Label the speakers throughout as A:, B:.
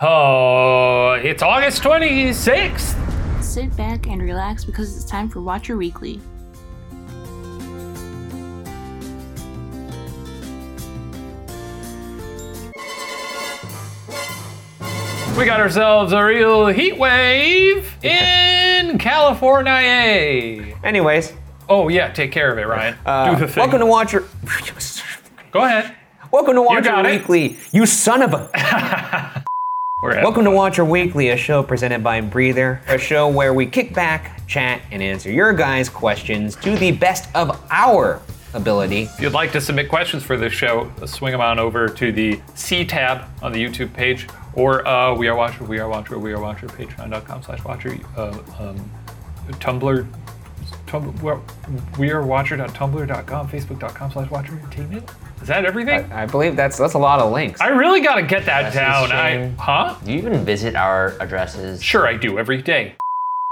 A: Oh, it's August 26th.
B: Sit back and relax because it's time for Watcher Weekly.
A: We got ourselves a real heat wave in California.
C: Anyways,
A: Oh, yeah, take care of it, Ryan.
C: uh,
A: Do the thing.
C: welcome to Watcher.
A: Go ahead.
C: welcome to Watcher
A: got it.
C: Weekly. You son of a.
A: We're at-
C: welcome to Watcher Weekly, a show presented by Breather, a show where we kick back, chat, and answer your guys' questions to the best of our ability.
A: If you'd like to submit questions for this show, swing them on over to the C tab on the YouTube page or uh, We Are Watcher, We Are Watcher, We Are Watcher, patreon.com slash watcher, uh, um, Tumblr, Tumblr, well, We Are Watcher.tumblr.com, Facebook.com slash watcher entertainment. Is that everything?
C: I believe that's that's a lot of links.
A: I really got to get that
D: That's a
A: down. I,
D: shame.
A: huh?
D: Do you even visit our addresses?
A: Sure, I do every day.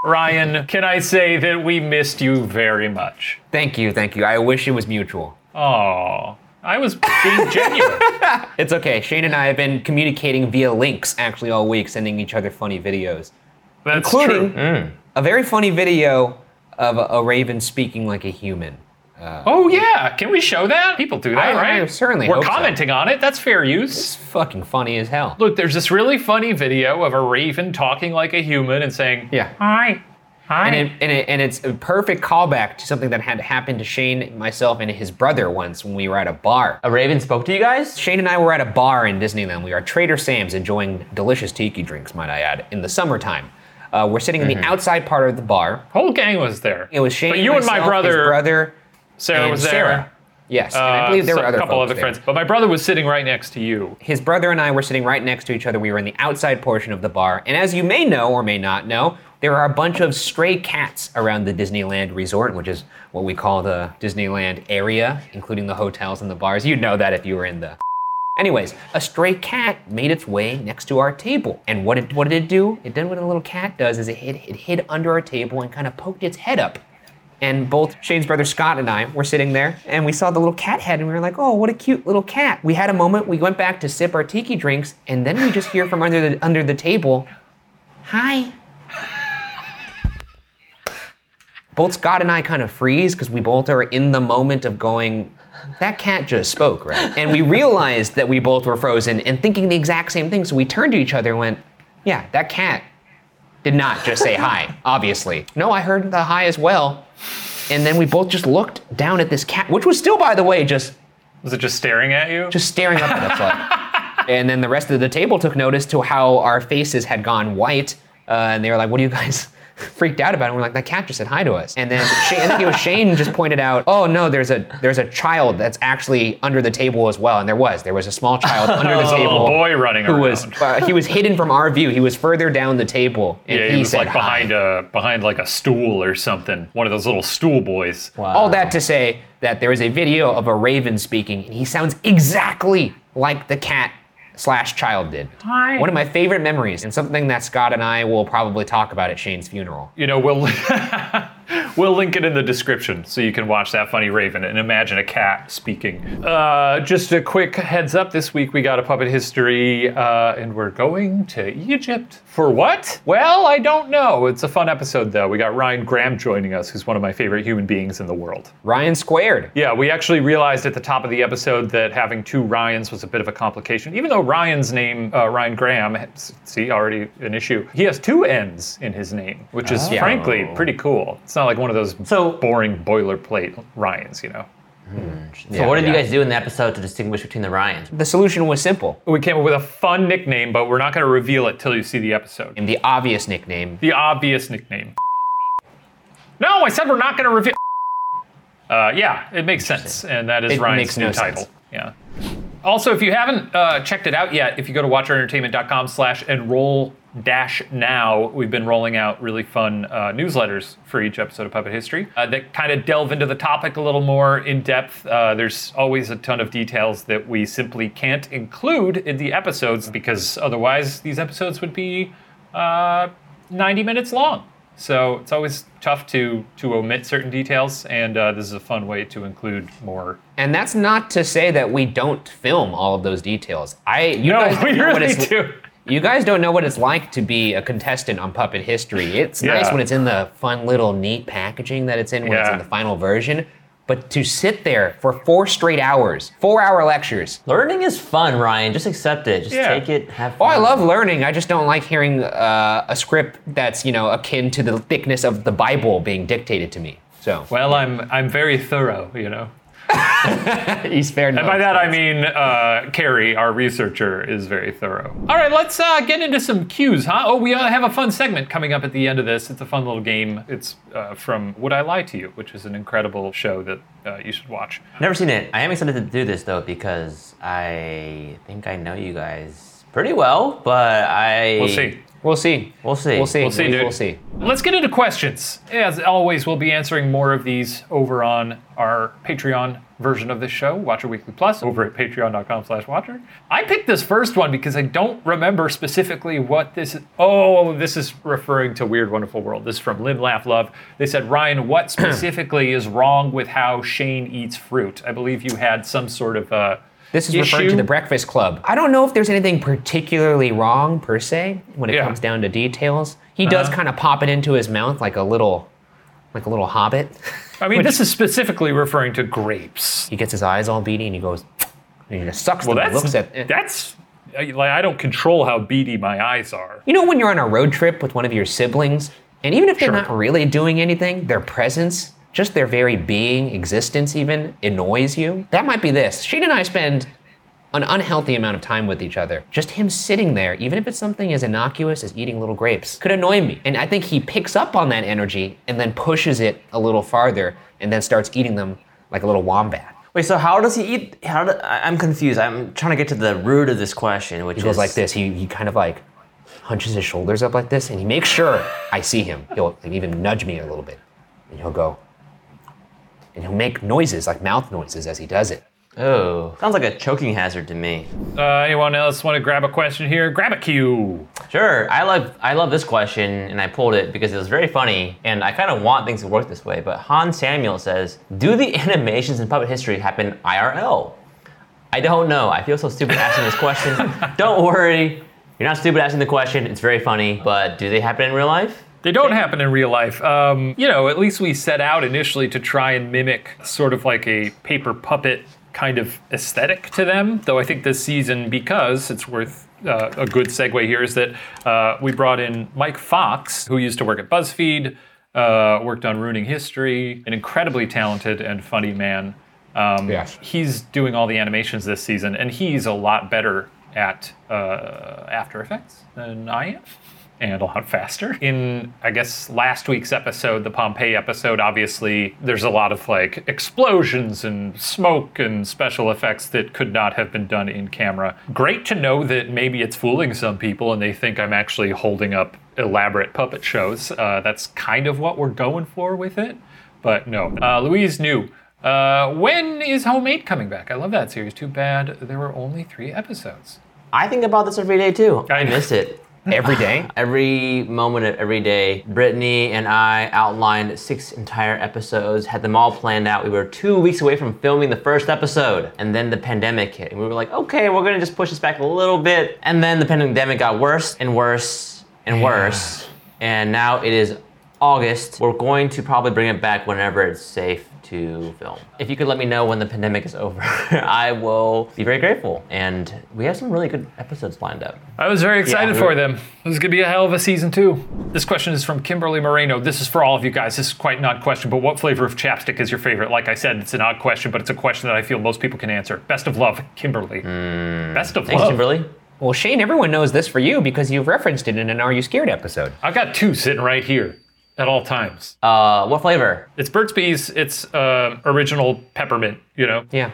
A: Ryan, can I say that we missed you very much?
C: Thank you, thank you. I wish it was mutual.
A: Oh, I was being genuine.
C: It's okay. Shane and I have been communicating via links actually all week, sending each other funny videos,
A: That's
C: including
A: true. Mm.
C: a very funny video of a, a raven speaking like a human.
A: Oh yeah, can we show that? People do that,
C: I- I
A: right?
C: certainly
A: We're
C: hope so.
A: commenting on it. That's fair use.
C: It's fucking funny as hell.
A: Look, there's this really funny video of a raven talking like a human and saying,
C: Yeah.
A: "Hi, hi."
C: And, it, and, it, and it's a perfect callback to something that had happened to Shane, myself, and his brother once when we were at a bar.
D: A raven spoke to you guys?
C: Shane and I were at a bar in Disneyland. We are at Trader Sam's enjoying delicious tiki drinks, might I add, in the summertime. Uh, we're sitting in the outside part of the bar.
A: Whole gang was there.
C: It was Shane,
A: Mm-hmm. but you and my
C: myself, his
A: brother,
C: brother,
A: Sarah
C: and
A: was
C: Sarah.
A: there. Uh,
C: Yes, and I believe there
A: so-
C: were other
A: a couple
C: folks
A: other
C: there.
A: friends, but my brother was sitting right next to you.
C: His brother and I were sitting right next to each other. We were in the outside portion of the bar, and as you may know or may not know, there are a bunch of stray cats around the Disneyland Resort, which is what we call the Disneyland area, including the hotels and the bars. You'd know that if you were in the. Anyways, a stray cat made its way next to our table, and what did what did it do? It did what a little cat does: is it hid, it hid under our table and kind of poked its head up. And both Shane's brother Scott and I were sitting there, and we saw the little cat head, and we were like, "Oh, what a cute little cat!" We had a moment. We went back to sip our tiki drinks, and then we just hear from under the under the table, "Hi." Both Scott and I kind of freeze because we both are in the moment of going, "That cat just spoke, right?" And we realized that we both were frozen and thinking the exact same thing. So we turned to each other and went, "Yeah, that cat did not just say hi, obviously. No, I heard the hi as well. And then we both just looked down at this cat, which was still, by the way, just
A: Was it just staring at you?
C: just staring up at us. Like. And then the rest of the table took notice to how our faces had gone white, uh, and they were like, "What are you guys?" freaked out about and we're like that cat just said hi to us and then Shane, I think it was Shane just pointed out oh no there's a there's a child that's actually under the table as well and there was there was a small child under the
A: There's a
C: table
A: little Oh, boy running
C: who
A: around.
C: was uh, he was hidden from our view he was further down the table and
A: Yeah,
C: he,
A: he, was
C: said
A: like
C: hi.
A: behind a behind like a stool or something. One of those little stool boys.
D: Oh,
C: All that to say that there is a video of a raven speaking, and he sounds exactly like the cat slash child did.
A: Hi.
C: One of my favorite memories, and something that Scott and I will probably talk about at Shane's funeral.
A: You know, we'll we'll link it in the description so you can watch that funny raven and imagine a cat speaking. Uh, just a quick heads up: this week we got a puppet history, uh, and we're going to Egypt for what? Well, I don't know. It's a fun episode though. We got Ryan Graham joining us, who's one of my favorite human beings in the world.
C: Ryan squared.
A: Yeah, we actually realized at the top of the episode that having two Ryans was a bit of a complication. Even though Ryan's name, uh, Ryan Graham, see, already an issue, he has two N's in his name, which is
C: Oh.
A: frankly pretty cool. It's not like one of those
D: So-
A: boring boilerplate Ryans, you know?
D: So what did you guys do in the episode to distinguish between the Ryans?
C: The solution was simple.
A: We came up with a fun nickname, but we're not going to reveal it till you see the episode.
C: And the obvious nickname.
A: The obvious nickname. No, I said we're not going to reveal. Uh, yeah, it makes sense, and that is
C: It
A: Ryan's
C: makes
A: new
C: no
A: title.
C: sense.
A: Yeah. Also, if you haven't uh, checked it out yet, if you go to watcherentertainment.com slash enroll dash now, we've been rolling out really fun uh, newsletters for each episode of Puppet History uh, that kind of delve into the topic a little more in depth. Uh, there's always a ton of details that we simply can't include in the episodes because otherwise these episodes would be uh, 90 minutes long. So it's always tough to to omit certain details, and uh, this is a fun way to include more.
C: And that's not to say that we don't film all of those details. I you
A: No,
C: guys don't
A: we
C: know what
A: really
C: it's,
A: do.
C: You guys don't know what it's like to be a contestant on Puppet History. It's nice
A: Yeah.
C: when it's in the fun little neat packaging that it's in when it's in
A: Yeah.
C: the final version. But to sit there for four straight hours, four hour lectures.
D: Learning is fun, Ryan. Just accept it. Just
A: Yeah.
D: take it. Have
C: Oh,
D: fun.
C: I love learning. I just don't like hearing uh, a script that's you know akin to the thickness of the Bible being dictated to me. So
A: Well, I'm I'm very thorough, you know.
C: he's fair enough.
A: And by that I mean uh, Carrie, our researcher, is very thorough. All right, let's uh, get into some cues, huh? Oh, we uh, have a fun segment coming up at the end of this. It's a fun little game. It's uh, from Would I Lie to You, which is an incredible show that uh, you should watch.
D: Never seen it. I am excited to do this though because I think I know you guys pretty well, but I
A: We'll see.
C: we'll see.
D: We'll see.
C: We'll see.
A: We'll see, dude.
C: We'll see.
A: Let's get into questions. As always, we'll be answering more of these over on our Patreon version of this show, Watcher Weekly Plus, over at patreon.com slash watcher. I picked this first one because I don't remember specifically what this is. Oh, this is referring to Weird Wonderful World. This is from Lim Laugh Love. They said, Ryan, what specifically is wrong with how Shane eats fruit? I believe you had some sort of uh
C: This is referred to
A: issue.
C: the Breakfast Club. I don't know if there's anything particularly wrong per se when it
A: Yeah. Uh-huh.
C: comes down to details. He does kind of pop it into his mouth like a little, like a little hobbit.
A: I mean, this is specifically referring to grapes.
C: He gets his eyes all beady and he goes, and he just sucks
A: Well,
C: them.
A: that's
C: and looks at.
A: that's I- like I don't control how beady my eyes are.
C: You know when you're on a road trip with one of your siblings, and even if they're
A: Sure.
C: not really doing anything, their presence, just their very being, existence even, annoys you. That might be this. Shane and I spend an unhealthy amount of time with each other. Just him sitting there, even if it's something as innocuous as eating little grapes, could annoy me. And I think he picks up on that energy and then pushes it a little farther and then starts eating them like a little wombat.
D: Wait, so how does he eat? How do, I- I'm confused. I'm trying to get to the root of this question, which
C: He goes
D: is
C: like this. He, he kind of like hunches his shoulders up like this, and he makes sure I see him. He'll even nudge me a little bit, and he'll go, and he'll make noises like mouth noises as he does it.
D: Oh, sounds like a choking hazard to me.
A: Uh, anyone else want to grab a question here? Grab a cue.
D: Sure, I love I love this question, and I pulled it because it was very funny, and I kind of want things to work this way. But Hans Samuel says, "Do the animations in puppet history happen IRL?" I don't know. I feel so stupid asking this question. Don't worry, you're not stupid asking the question. It's very funny, but do they happen in real life?
A: They don't happen in real life. Um, you know, at least we set out initially to try and mimic sort of like a paper puppet kind of aesthetic to them. Though I think this season, because it's worth uh, a good segue here, is that uh, we brought in Mike Fox, who used to work at BuzzFeed, uh, worked on Ruining History, an incredibly talented and funny man. Um,
C: Yes.
A: He's doing all the animations this season, and he's a lot better at uh, After Effects than I am, and a lot faster. In, I guess, last week's episode, the Pompeii episode, obviously, there's a lot of like explosions and smoke and special effects that could not have been done in camera. Great to know that maybe it's fooling some people and they think I'm actually holding up elaborate puppet shows. Uh, that's kind of what we're going for with it. But no, uh, Louise knew. Uh, when is Homemade coming back? I love that series. Too bad there were only three episodes.
D: I think about this every day too.
A: I
D: I
A: know.
D: miss it.
C: Every day,
D: Every moment of every day, Brittany and I outlined six entire episodes, had them all planned out. We were two weeks away from filming the first episode, and then the pandemic hit. And we were like, okay, we're gonna just push this back a little bit. And then the pandemic got worse and worse and worse. And now it is August. We're going to probably bring it back whenever it's safe to film. If you could let me know when the pandemic is over, I will be very grateful. And we have some really good episodes lined up.
A: I was very excited
D: Yeah.
A: for them. This is going to be a hell of a season, too. This question is from Kimberly Moreno. This is for all of you guys. This is quite an odd question, but what flavor of chapstick is your favorite? Like I said, it's an odd question, but it's a question that I feel most people can answer. Best of love, Kimberly. Best of
D: Thanks,
A: love.
D: Hmm. Kimberly.
C: well, Shane, everyone knows this for you because you've referenced it in an "Are You Scared?" episode.
A: I've got two sitting right here at all times.
D: Uh, what flavor?
A: it's Burt's Bees, it's uh, original peppermint, you know?
C: Yeah,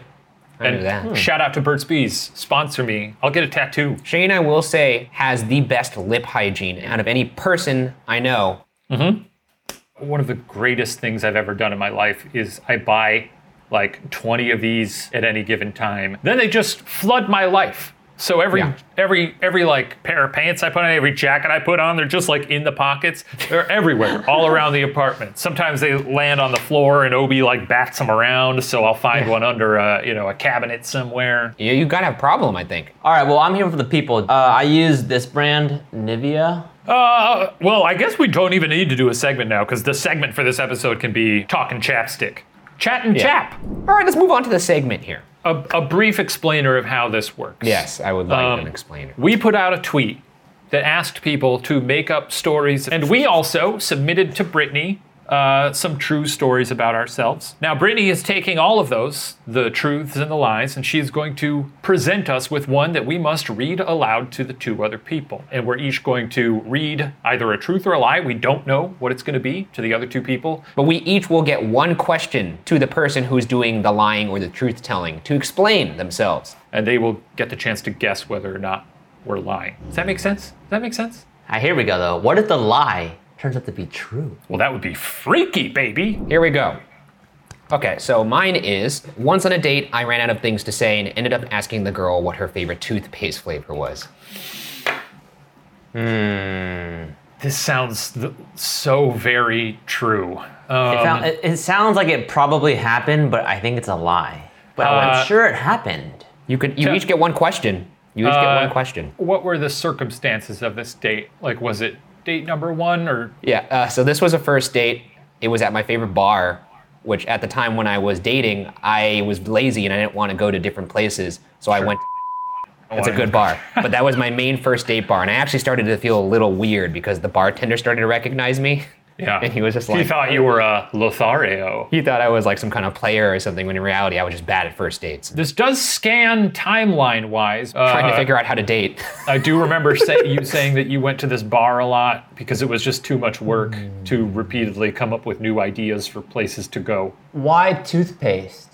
C: I knew that. Hmm.
A: And hmm. shout out to Burt's Bees. Sponsor me. I'll get a tattoo.
C: Shane, I will say, has the best lip hygiene out of any person I know.
A: One of the greatest things I've ever done in my life is I buy like 20 of these at any given time. Then they just flood my life. So every
C: Yeah.
A: every every like pair of pants I put on, every jacket I put on, they're just like in the pockets. They're everywhere, all around the apartment. Sometimes they land on the floor, and Obi like bats them around. So I'll find one under a you know a cabinet somewhere.
C: You, you gotta have a problem, I think.
D: All right, well, I'm here for the people. Uh, I use this brand, Nivea.
A: Uh, well, I guess we don't even need to do a segment now because the segment for this episode can be talking chapstick, chat and chap.
C: All right, let's move on to the segment here.
A: A, a brief explainer of how this works.
C: Yes, I would like
A: Um,
C: an explainer.
A: We put out a tweet that asked people to make up stories, and we also submitted to Brittany uh, some true stories about ourselves. Now, Brittany is taking all of those, the truths and the lies, and she's going to present us with one that we must read aloud to the two other people. And we're each going to read either a truth or a lie. We don't know what it's going to be to the other two people.
C: But we each will get one question to the person who's doing the lying or the truth telling to explain themselves.
A: and they will get the chance to guess whether or not we're lying. Does that make sense? Does that make sense?
D: Ah, here we go, though. What if the lie turns out to be true?
A: Well, that would be freaky, baby.
C: Here we go. Okay, so mine is once on a date, I ran out of things to say and ended up asking the girl what her favorite toothpaste flavor was.
A: This sounds th- so very true. Um,
D: It, sound, it, it sounds like it probably happened, but I think it's a lie. But
A: Uh,
D: I'm sure it happened.
C: You could you
A: Yeah.
C: each get one question. You each
A: Uh,
C: get one question.
A: what were the circumstances of this date? Like, was it date number one or?
C: Yeah. Uh, so this was a first date. It was at my favorite bar, which at the time when I was dating, I was lazy and I didn't want to go to different places, so I went. It's a good bar, but that was my main first date bar, and I actually started to feel a little weird because the bartender started to recognize me.
A: Yeah.
C: And he was just
A: He
C: like-
A: thought you were a Lothario.
C: He thought I was like some kind of player or something, when in reality I was just bad at first dates.
A: This does scan timeline wise. Uh,
C: Trying to figure out how to date.
A: I do remember say, you saying that you went to this bar a lot because it was just too much work
C: Hmm.
A: to repeatedly come up with new ideas for places to go.
D: Why toothpaste?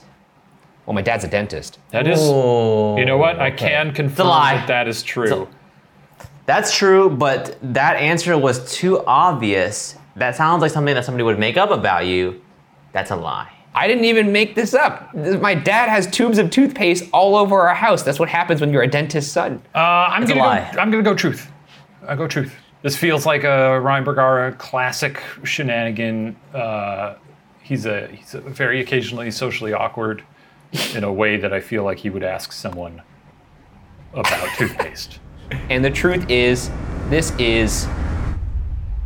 C: well, my dad's a dentist.
A: That is,
D: Oh,
A: you know what? I
D: okay.
A: can confirm
D: lie.
A: that that is true.
D: That's true, but that answer was too obvious. That sounds like something that somebody would make up about you. That's a lie.
C: I didn't even make this up. This- My dad has tubes of toothpaste all over our house. That's what happens when you're a dentist's son.
A: Uh, I'm
D: It's a
A: gonna go,
D: lie.
A: I'm gonna go truth. I go truth. This feels like a Ryan Bergara classic shenanigan. Uh, he's a he's a very occasionally socially awkward in a way that I feel like he would ask someone about toothpaste.
C: And the truth is, this is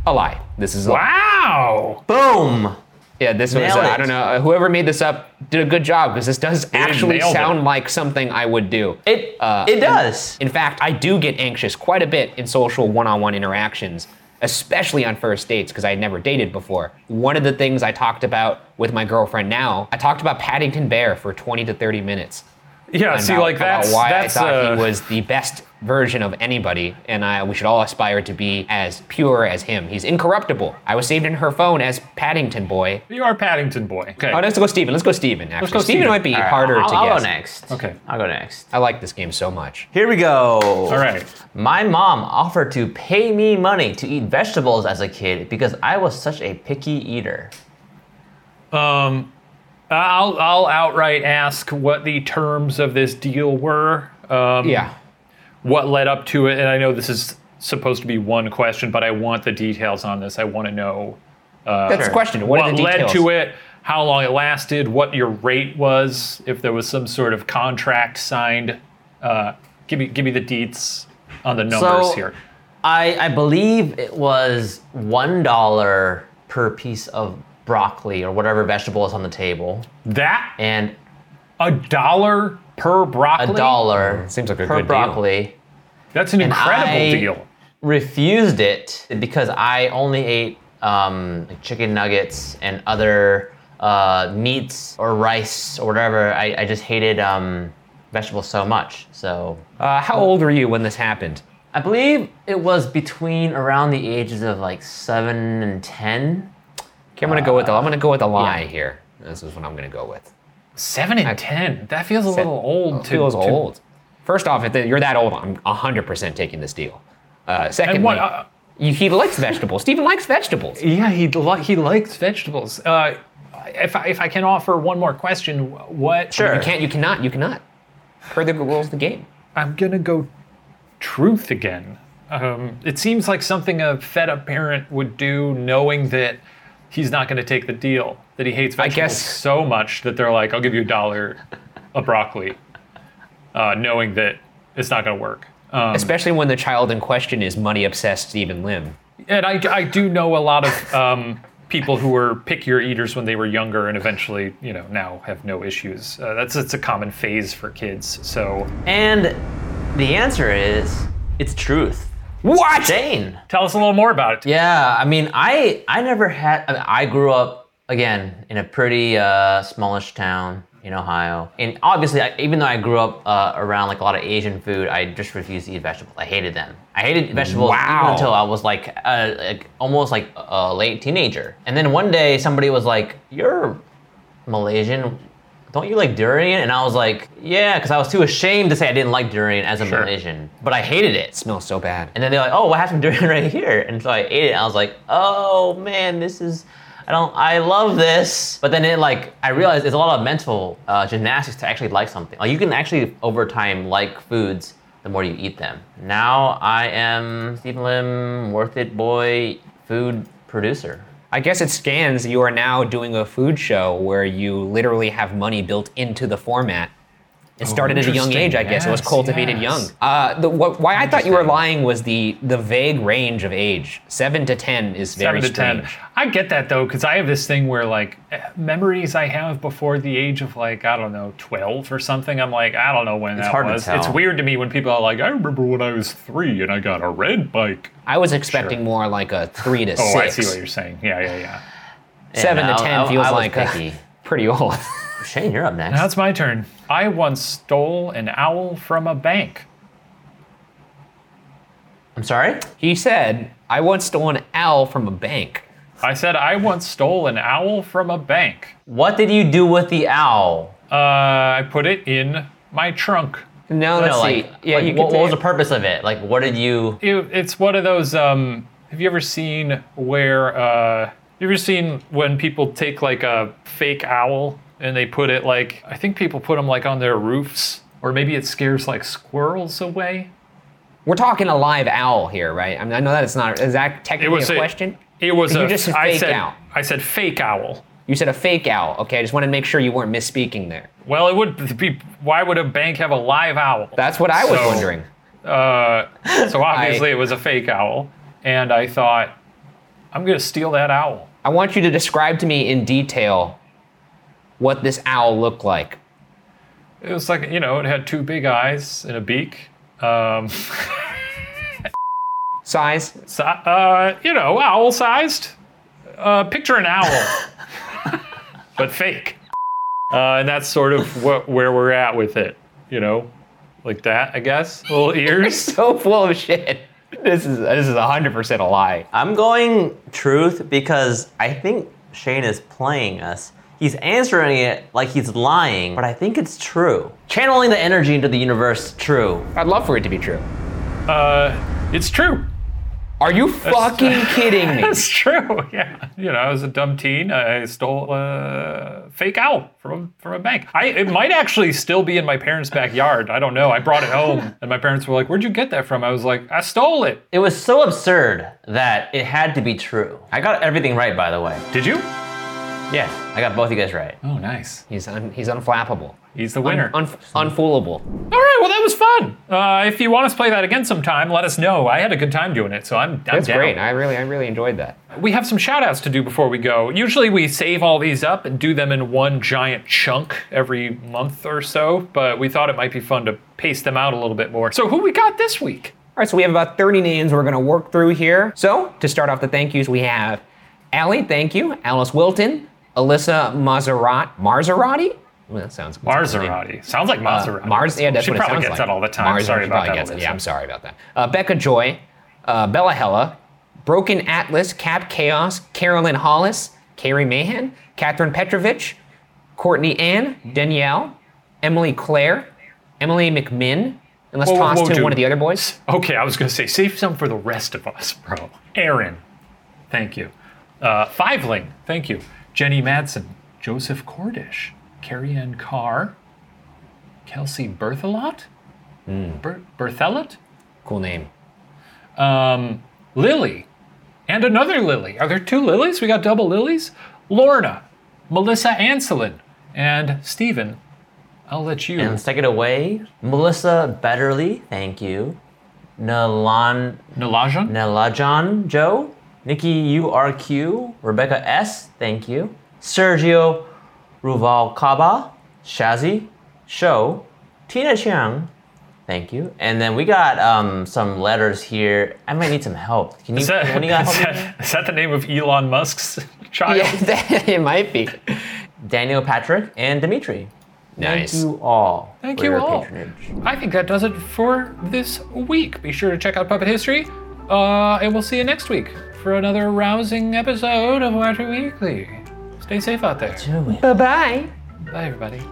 C: a lie. This is a lie.
A: Wow.
D: Boom!
C: Yeah, this was, uh,
D: Nailed
C: I
D: it.
C: don't know, whoever made this up did a good job because this does actually
A: nailed it.
C: sound like something I would do.
D: It
C: Uh,
D: it does.
C: In fact, I do get anxious quite a bit in social one on one interactions, especially on first dates because I had never dated before. One of the things I talked about with my girlfriend now, I talked about Paddington Bear for 20 to 30 minutes.
A: Yeah. See,
C: about-
A: like
C: about
A: that's
C: why
A: that's
C: I thought
A: uh,
C: he was the best version of anybody, and I, we should all aspire to be as pure as him. He's incorruptible. I was saved in her phone as Paddington Boy.
A: You are Paddington boy. Okay.
C: Oh, let's go Steven. Let's go Steven, actually.
A: go
C: Steven,
A: Steven.
C: might be
D: All right,
C: harder
D: I'll,
C: to
D: I'll
C: guess.
D: go next.
A: Okay.
D: I'll go next.
C: I like this game so much.
D: Here we go.
A: All right.
D: My mom offered to pay me money to eat vegetables as a kid because I was such a picky eater.
A: Um, I'll I'll outright ask what the terms of this deal were. Um,
C: Yeah.
A: what led up to it. And I know this is supposed to be one question, but I want the details on this. I want to know
C: That's the question. What, are
A: Uh, what
C: the
A: led
C: details?
A: to it, how long it lasted, what your rate was, if there was some sort of contract signed. Uh, give me give me the deets on the numbers
D: So-
A: here.
D: I, I believe it was one dollar per piece of broccoli or whatever vegetable is on the table,
A: That
D: and
A: a dollar per
D: a
A: broccoli.
D: dollar
C: Mm, Seems like a
D: per
C: good deal.
D: broccoli.
A: That's an incredible
D: I-
A: deal.
D: Refused it because I only ate um, like chicken nuggets and other uh, meats or rice or whatever. I, I just hated um, vegetables so much. So
C: Uh, how old were you when this happened?
D: I believe it was between around the ages of like seven and ten.
C: Okay, I'm gonna go with
A: Uh,
C: the, I'm gonna go with a lie
D: yeah.
C: here. This is what I'm gonna go with.
A: Seven and ten. That feels a little old. To,
C: feels
A: to-
C: old. First off, if you're that old, I'm 100% taking this deal. Uh, secondly,
A: what- uh,
C: you, he likes vegetables. Steven likes vegetables.
A: Yeah, he li- he likes vegetables. Uh, if I, if I can offer one more question, wh- what?
D: Sure.
C: You can't. You cannot. You cannot. Per the rules of the game.
A: I'm gonna go truth again. Um, it seems like something a fed up parent would do, knowing that he's not gonna take the deal, that he hates vegetables
C: guess-
A: so much that they're like, "I'll give you a dollar a broccoli," uh, knowing that it's not gonna work. Um,
C: Especially when the child in question is money obsessed Stephen Lim.
A: and I, I do know a lot of um, people who were pickier eaters when they were younger and eventually, you know, now have no issues. Uh, that's it's a common phase for kids. So
D: And the answer is it's truth.
C: What?
D: Dane.
A: tell us a little more about it.
D: Yeah, I mean, I I never had. I, mean, I grew up again in a pretty uh, smallish town in Ohio, and obviously, I, even though I grew up uh, around like a lot of Asian food, I just refused to eat vegetables. I hated them. I hated vegetables even
C: Wow.
D: until I was like, uh, like almost like a late teenager, and then one day somebody was like, "You're Malaysian." Don't you like durian? And I was like, yeah, because I was too ashamed to say I didn't like durian as a
A: Sure.
D: Malaysian, but I hated it.
C: Smells so bad.
D: And then they're like, oh, what happened during right here? And so I ate it. And I was like, oh man, this is, I don't, I love this. But then it like, I realized it's a lot of mental uh, gymnastics to actually like something. Like you can actually over time like foods the more you eat them. Now I am Stephen Lim, worth it boy, food producer.
C: I guess it scans you are now doing a food show where you literally have money built into the format. It started at a young
A: Oh, interesting.
C: age, I guess. it was
A: Yes,
C: cultivated young.
A: yes.
C: Uh, the, wh- why I thought you were
D: Interesting.
C: lying was the the vague range of age. Seven to ten is
A: Seven
C: very
A: to
C: strange.
A: ten. I get that though, because I have this thing where like eh, memories I have before the age of like I don't know twelve or something. I'm like I don't know when that
D: hard to
A: was.
D: tell.
A: It's weird to me when people are like I remember when I was three and I got a red bike.
C: I was expecting more like a three to
A: Oh,
C: six.
A: I see what you're saying. Yeah, yeah, yeah.
C: Seven
D: Yeah,
C: to
D: I-
C: ten
D: I-
C: feels
D: I was
C: like uh,
D: picky.
C: pretty old.
D: Shane, you're up next.
A: Now it's my turn. I once stole an owl from a bank.
D: I'm sorry?
C: he said, "I once stole an owl from a bank."
A: I said I once stole an owl from a bank.
D: What did you do with the owl?
A: Uh, I put it in my trunk.
C: No, let's
D: no,
C: see.
D: like,
C: yeah,
D: like,
C: you
D: what,
C: could
D: what was the
C: take-
D: purpose of it? Like, what did you,
A: It, it's one of those. Um, have you ever seen where? Uh, you ever seen when people take like a fake owl and they put it like? I think people put them like on their roofs, or maybe it scares like squirrels away.
C: We're talking a live owl here, right? I mean, I know that it's not. Is that technically a, question?
A: It was
C: You
A: a.
C: just said
A: I
C: fake
A: said.
C: owl.
A: I said fake owl.
C: You said a fake owl. Okay, I just wanted to make sure you weren't misspeaking there.
A: Well, it would be. Why would a bank have a live owl?
C: That's what I was
A: So-
C: wondering.
A: Uh, so obviously it was a fake owl, and I thought, I'm gonna steal that owl.
C: I want you to describe to me in detail what this owl looked like.
A: It was like you know, it had two big eyes and a beak. Um,
C: Size,
A: si- uh, you know, owl-sized. Uh, picture an owl, but fake. Uh, and that's sort of what, where we're at with it. You know, like that, I guess. Little ears.
C: so full of shit. This is this is hundred percent a lie.
D: I'm going truth because I think Shane is playing us. He's answering it like he's lying, but I think it's true. Channeling the energy into the universe, true.
C: I'd love for it to be true.
A: Uh, it's true.
C: Are you fucking kidding me?
A: It's true. Yeah. You know, I was a dumb teen. I stole a fake owl from from a bank. I it might actually still be in my parents' backyard. I don't know. I brought it home, and my parents were like, "Where'd you get that from?" I was like, "I stole it."
D: It was so absurd that it had to be true. I got everything right, by the way.
A: Did you?
D: Yeah, I got both you guys right.
A: Oh, nice.
C: He's un, he's unflappable.
A: He's the winner.
C: Un, unfoolable.
A: All right. Well, that was fun. Uh, if you want us to play that again sometime, let us know. I had a good time doing it, so I'm, I'm
C: That's
A: down.
C: great. I really I really enjoyed that.
A: We have some shout outs to do before we go. Usually we save all these up and do them in one giant chunk every month or so, but we thought it might be fun to pace them out a little bit more. So, who we got this week?
C: All right, so we have about 30 names we're going to work through here. So, to start off the thank yous, we have Allie, thank you, Alice Wilton, Alyssa Maserat, Maserati? Well, that sounds
A: Maserati. Sounds like Maserati.
C: Uh, Mars, yeah, that's
A: she
C: what it
A: probably
C: sounds
A: gets
C: like.
A: that all the time.
C: Mars-
A: sorry
C: she
A: about
C: probably
A: that.
C: gets it.
A: Alyssa.
C: Yeah, I'm sorry about that. Uh, Becca Joy, uh, Bella Hella, Broken Atlas, Cap Chaos, Carolyn Hollis, Carrie Mahan, Catherine Petrovich, Courtney Ann, Danielle, Emily Claire, Emily McMinn, and let's
A: Whoa, whoa,
C: toss
A: whoa,
C: to
A: dude.
C: one of the other boys.
A: Okay, I was going to say, save some for the rest of us, bro. Aaron, thank you. Uh, Fiveling, thank you. Jenny Madsen, Joseph Cordish, Carrie Ann Carr, Kelsey Berthelot,
C: Hmm.
A: Ber- Berthelet?
C: Cool name.
A: Um, Lily. And another Lily. Are there two Lilies? We got double Lilies? Lorna, Melissa Anselin, and Stephen. I'll let you.
D: And let's take it away. Melissa Betterly, thank you. Nalan
A: Nalajan?
D: Nalajan Joe. Nikki URQ. Rebecca S, thank you. Sergio Ruvalcaba. Shazi. Show. Tina Chiang. Thank you. And then we got um, some letters here. I might need some help. Can you,
A: Is that,
D: when you got
A: is
D: help? me?
A: that- is that the name of Elon Musk's child?
C: Yeah, it might be.
D: Daniel Patrick and Dimitri.
C: Nice.
D: Thank you all.
A: Thank
D: for
A: you
D: your
A: all.
D: patronage.
A: I think that does it for this week. Be sure to check out Puppet History, uh, and we'll see you next week for another rousing episode of Watcher Weekly. Stay safe out there.
D: Do it.
C: Bye bye.
A: Bye, everybody.